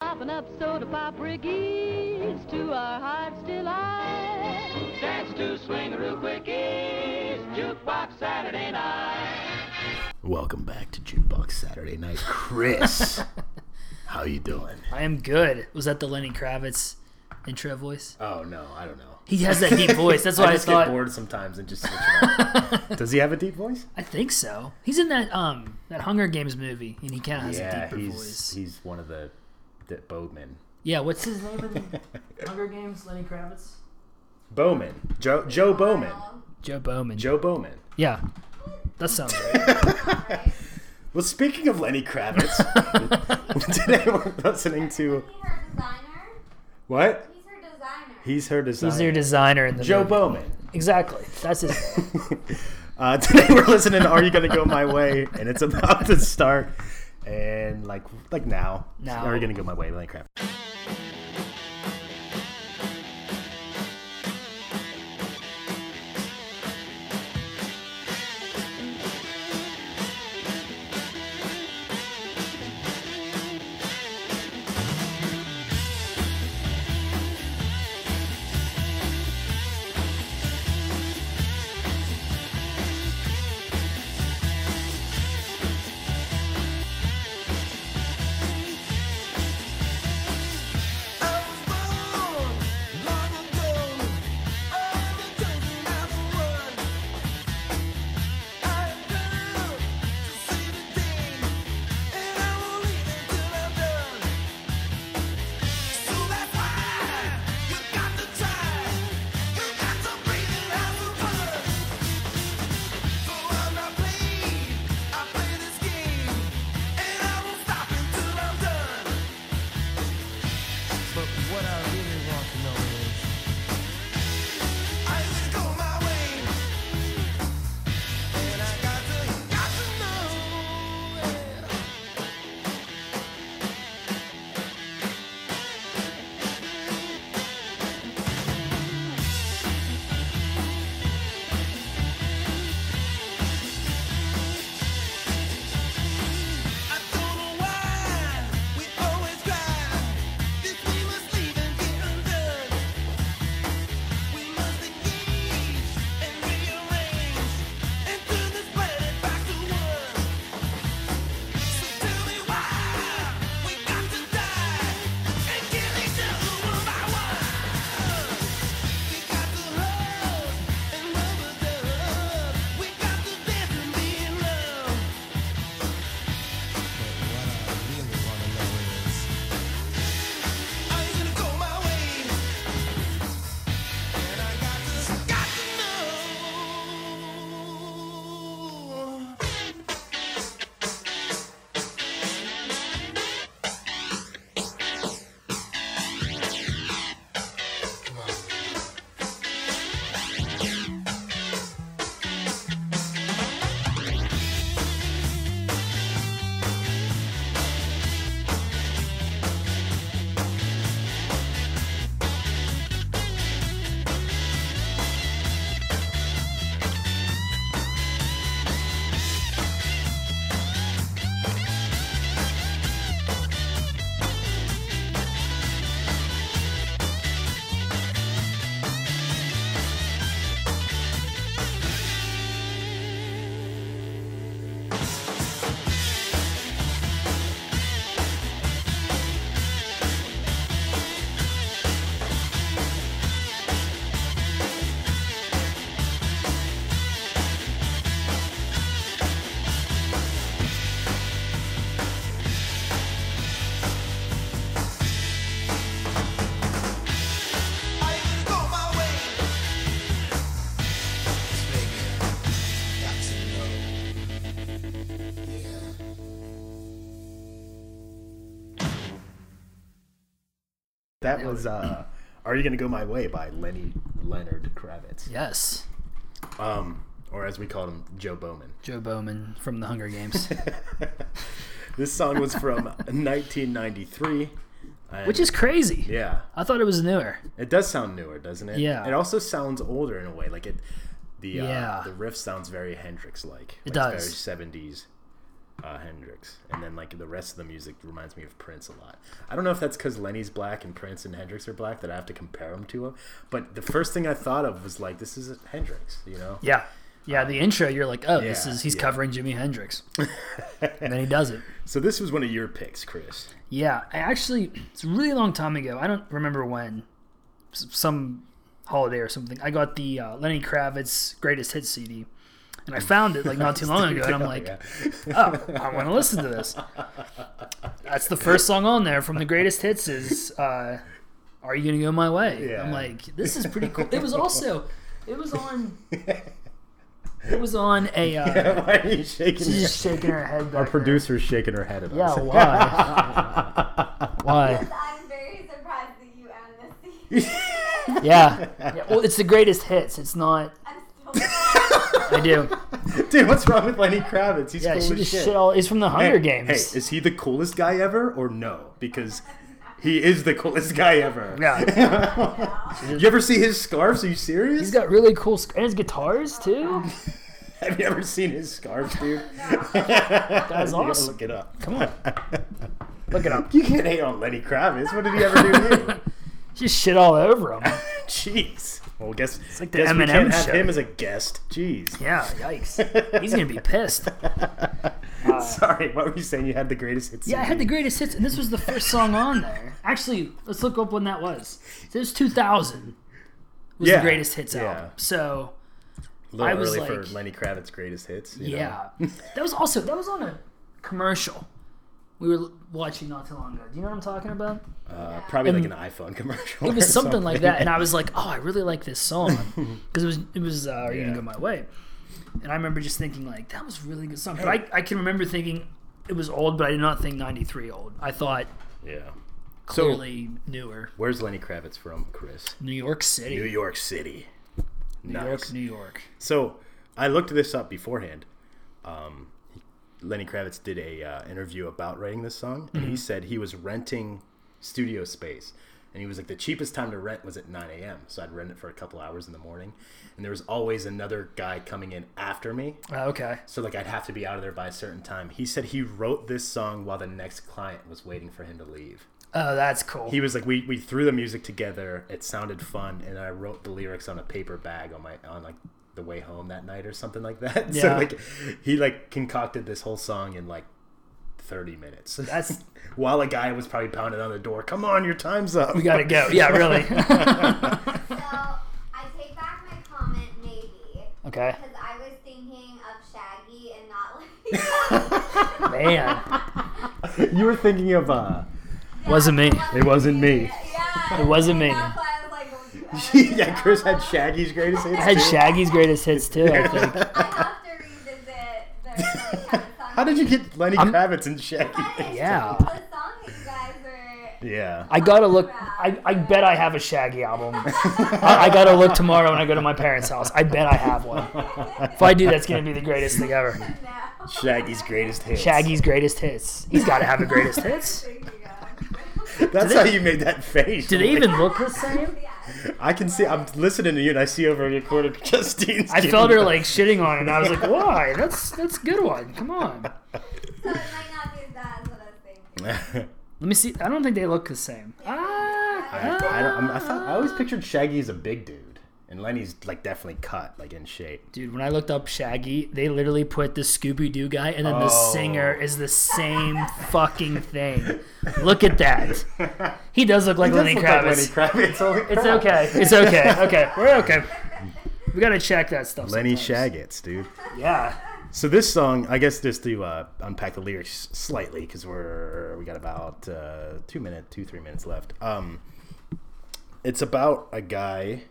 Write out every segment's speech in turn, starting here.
popping up soda pop riggies to our hearts' delight. Dance to swingaroo quickies, jukebox Saturday night. Welcome back to Jukebox Saturday Night, Chris. how you doing? I am good. Was that the Lenny Kravitz intro voice? Oh no, I don't know. He has that deep voice. That's what I, I just thought. get bored sometimes and just switch it up. Does he have a deep voice? I think so. He's in that um that Hunger Games movie, and he kind of has a yeah, deeper he's voice. he's one of the, the Bowman. Yeah, what's his name in Hunger Games? Lenny Kravitz. Bowman. Joe Joe Bowman. Joe Bowman. Joe Bowman. Yeah, that sounds right. Well, speaking of Lenny Kravitz, today we're listening to He's her designer. what? He's He's her her designer. designer. He's their designer in the Joe movie. Bowman. Exactly. That's his. name. Uh, today we're listening to "Are You Gonna Go My Way," and it's about to start. And like, like now, Now. "Are You Gonna Go My Way?" Lenny Kravitz. But what I really want to know is I just go my way And I got to got to know I don't know why we always cry This we must leave and get undone We must engage and rearrange And turn this planet back to one So tell me why we got to die And kill each other one by one We got to love and love another We got to dance and be in love I'm gonna go my way, and I got to, got to know. I'm gonna go my way, baby. Got to know, yeah. That was uh, "Are You Gonna Go My Way" by Lenny Leonard Kravitz, Yes, um, or as we called him, Joe Bowman. Joe Bowman from the Hunger Games, This song was from 1993, and- which is crazy. yeah, I thought it was newer. it does sound newer, doesn't it? Yeah. It also sounds older in a way, like it. The uh, Yeah. the riff sounds very Hendrix like. It does. Very 70s. uh, Hendrix, and then like the rest of the music reminds me of Prince a lot. I don't know if that's because Lenny's black and Prince and Hendrix are black that I have to compare them to him. But the first thing I thought of was like, this is Hendrix, you know? Yeah. Yeah, the intro, you're like, oh, this yeah, is he's yeah. covering Jimi Hendrix, and then he does it. So this was one of your picks, Chris. Yeah, I actually, it's a really long time ago. I don't remember when, s- some holiday or something. I got the uh, Lenny Kravitz Greatest Hits CD, and Oh. I found it like not too long ago, and I'm like, oh, I want to listen to this. That's the first song on there from the Greatest Hits is uh, "Are You Gonna Go My Way." Yeah. I'm like, this is pretty cool. It was also, it was on, it was on a. Uh, Why are you shaking? She's your- just shaking her head. Back Our there. producer's shaking her head at Yeah, us. why? why? I'm very surprised that you own this. Yeah. yeah. Well, it's the greatest hits. It's not. I'm still. I do. Dude, what's wrong with Lenny Kravitz? He's Yeah, cool she as just shit. shit all. It's from the Hunger Games. Hey, is he the coolest guy ever or no? Because he is the coolest guy ever. yeah. you ever see his scarves? Are you serious? He's got really cool sc- and his guitars too. Have you ever seen his scarves, dude? That's You gotta awesome. Look it up. Come on, look it up. You can't hate on Lenny Kravitz. What did he ever do to you? She just shit all over him. Jeez. Well, guess it's like the guess we Eminem can't have show. him as a guest. Jeez. Yeah. Yikes. He's gonna be pissed. Sorry, what were you saying? You had the greatest hits. Yeah, I had the greatest hits, and this was the first song on there. Actually, let's look up when that was. So it was 2000. Was Yeah. the greatest hits Yeah. album. So A little I was early for like- Lenny Kravitz greatest hits. you know? Yeah. that was also that was on a commercial. We were l- watching not too long ago. Do you know what I'm talking about? Uh, probably And- like an iPhone commercial. It was something, like that, and I was like, "Oh, I really like this song," because it was it was uh, "Are You Gonna Yeah. Go My Way," and I remember just thinking like, "That was a really good song." But I, I can remember thinking it was old, but I did not think '93 old. I thought yeah. So, clearly newer. where's Lenny Kravitz from, Chris? New York City, New York City. New nice. York, New York. So I looked this up beforehand. Um, Lenny Kravitz did a uh, interview about writing this song, and Mm-hmm. he said he was renting studio space, and he was like the cheapest time to rent was at 9 a.m. So I'd rent it for a couple hours in the morning, and there was always another guy coming in after me, Uh, okay, so like I'd have to be out of there by a certain time. He said he wrote this song while the next client was waiting for him to leave oh, that's cool. he was like we, we threw the music together it sounded fun and i wrote the lyrics on a paper bag on my on like the way home that night or something like that so Yeah. like he like concocted this whole song in like 30 minutes That's- while a guy was probably pounding on the door come on your time's up we gotta go. Yeah, really. So I take back my comment, maybe, okay, because I was thinking of Shaggy and not like. man, you were thinking of uh wasn't me. it wasn't me yeah. It wasn't me. That's why I was like, would you ever- yeah chris had shaggy's greatest hits I had too. Shaggy's greatest hits too. I think. I have to revisit the. Like, how did you get lenny I'm- kravitz and shaggy Yeah. The song that you guys were. yeah I gotta look. I, I bet I have a Shaggy album. I, I gotta look tomorrow when I go to my parents' house. I bet I have one. If I do, that's gonna be the greatest thing ever. No. shaggy's greatest hits Shaggy's greatest hits. He's gotta have a greatest hits. that's how you made that face Do they even look the same? I can see. I'm listening to you, and I see over your corner Justine's. I getting- felt her like shitting on it. and I was like, why? That's that's a good one. Come on. So it might not be as bad as what I was thinking. Let me see. I don't think they look the same. Ah, I, I, don't- I'm- I thought, I always pictured Shaggy as a big dude, and Lenny's like definitely cut, like in shape. dude. When I looked up Shaggy, they literally put the Scooby Doo guy and then the Oh. singer is the same fucking thing. Look at that. He does look like Lenny Does look Kravitz. Like Lenny Kravitz. Holy It's crap. okay. It's okay. Okay. We're okay. We gotta check that stuff. Lenny sometimes. Shaggets, dude. Yeah. So this song, I guess, just to uh, unpack the lyrics slightly, because we're we got about uh, two minute, two three minutes left. Um, it's about a guy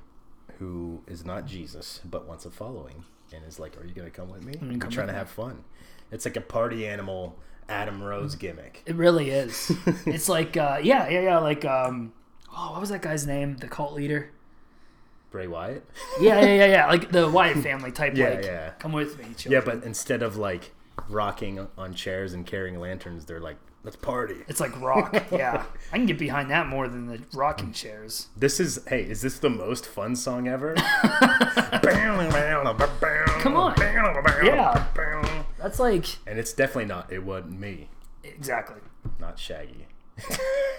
who is not Jesus, but wants a following, and is like, "Are you gonna come with me? We're come trying to with me." have fun." It's like a party animal, Adam Rose gimmick. It really is. it's like uh, yeah, yeah, yeah. Like um, oh, what was that guy's name? The cult leader. Bray Wyatt. Yeah, yeah, yeah, yeah. Like the Wyatt family type. Yeah, like, yeah. Come with me. Yeah, Children. but instead of like rocking on chairs and carrying lanterns, they're like, "Let's party." It's like rock. Yeah, I can get behind that more than the rocking chairs. This is hey, is this the most fun song ever? Come on. Yeah. That's like And it's definitely not. It wasn't me, exactly. not Shaggy.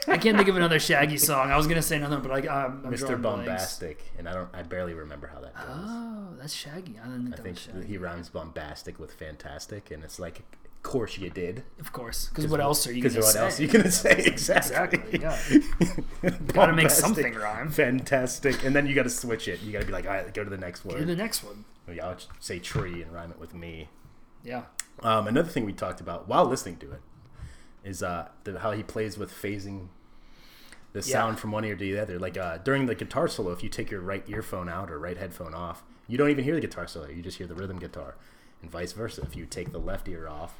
I can't think of another Shaggy song. I was gonna say another, but like um, I'm Mr. drawing blanks. Bombastic, and I don't. I barely remember how that goes. Oh, that's Shaggy. I didn't think I that think was Shaggy. he rhymes bombastic with fantastic, and it's like, of course you did. Of course, because what else are you? Because Gonna what say? else are you gonna say? Exactly. Exactly. Yeah. gotta make something rhyme. Fantastic, and then you gotta switch it. You gotta be like, all right, go to the next And the word. next one. Yeah, I'll just say tree and rhyme it with me. Yeah. Um, another thing we talked about while listening to it is uh, the, how he plays with phasing the sound from one ear to the other. Like uh, during the guitar solo, if you take your right earphone out or right headphone off, you don't even hear the guitar solo. You just hear the rhythm guitar, and vice versa. If you take the left ear off,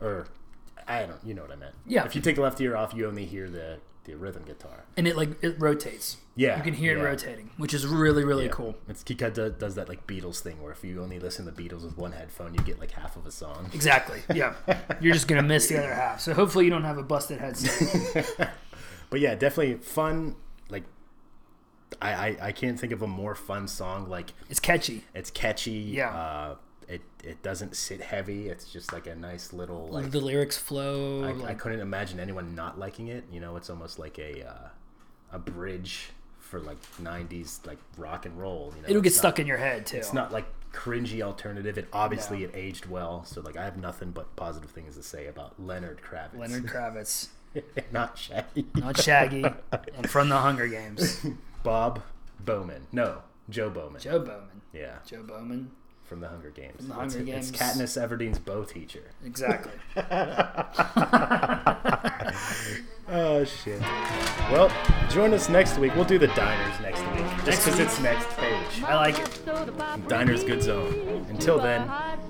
or I don't, you know what I meant. Yeah. If you take the left ear off, you only hear the the rhythm guitar. And it like it rotates. Yeah. You can hear yeah. it rotating, which is really really Yeah. cool. It's he kind of does that like Beatles thing where if you only listen to the Beatles with one headphone, you get like half of a song. Exactly. Yeah. You're just gonna miss the other half. So hopefully you don't have a busted headset. But yeah, definitely fun. Like, I, I I can't think of a more fun song. Like, It's catchy. it's catchy. Yeah. Uh, it it doesn't sit heavy. It's just like a nice little like. the lyrics flow. I, I like, couldn't imagine anyone not liking it. You know, it's almost like a uh, a bridge for like '90s like rock and roll. You know, it'll get It's stuck Not, in your head too. it's not like cringy alternative. It obviously it aged well. So like, I have nothing but positive things to say about Leonard Kravitz. Leonard Kravitz, not Shaggy. not Shaggy, and from the Hunger Games. Bob Bowman. No, Joe Bowman. Joe Bowman. Yeah, Joe Bowman. from the Hunger Games. the Hunger it's, Games. It's Katniss Everdeen's bow teacher. Exactly. Oh shit. Well, join us next week. We'll do the diners next week, just Next because week? it's next page. I like it. Diners good zone. Until then, have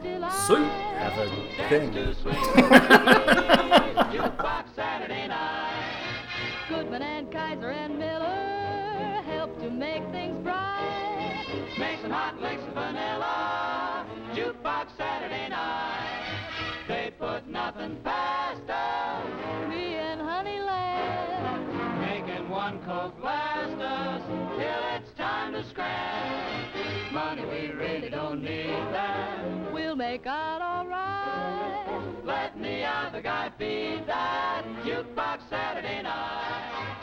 a thing. Jukebox Saturday night. Goodman and Kaiser and Miller help to make things bright. Mix and hot mix and vanilla. Jukebox Saturday night. They put nothing past us. Me and Honeyland. Making one coke last us till it's time to scratch. Money we really don't need that. We'll make out all right. Let the other guy be that. Jukebox Saturday night.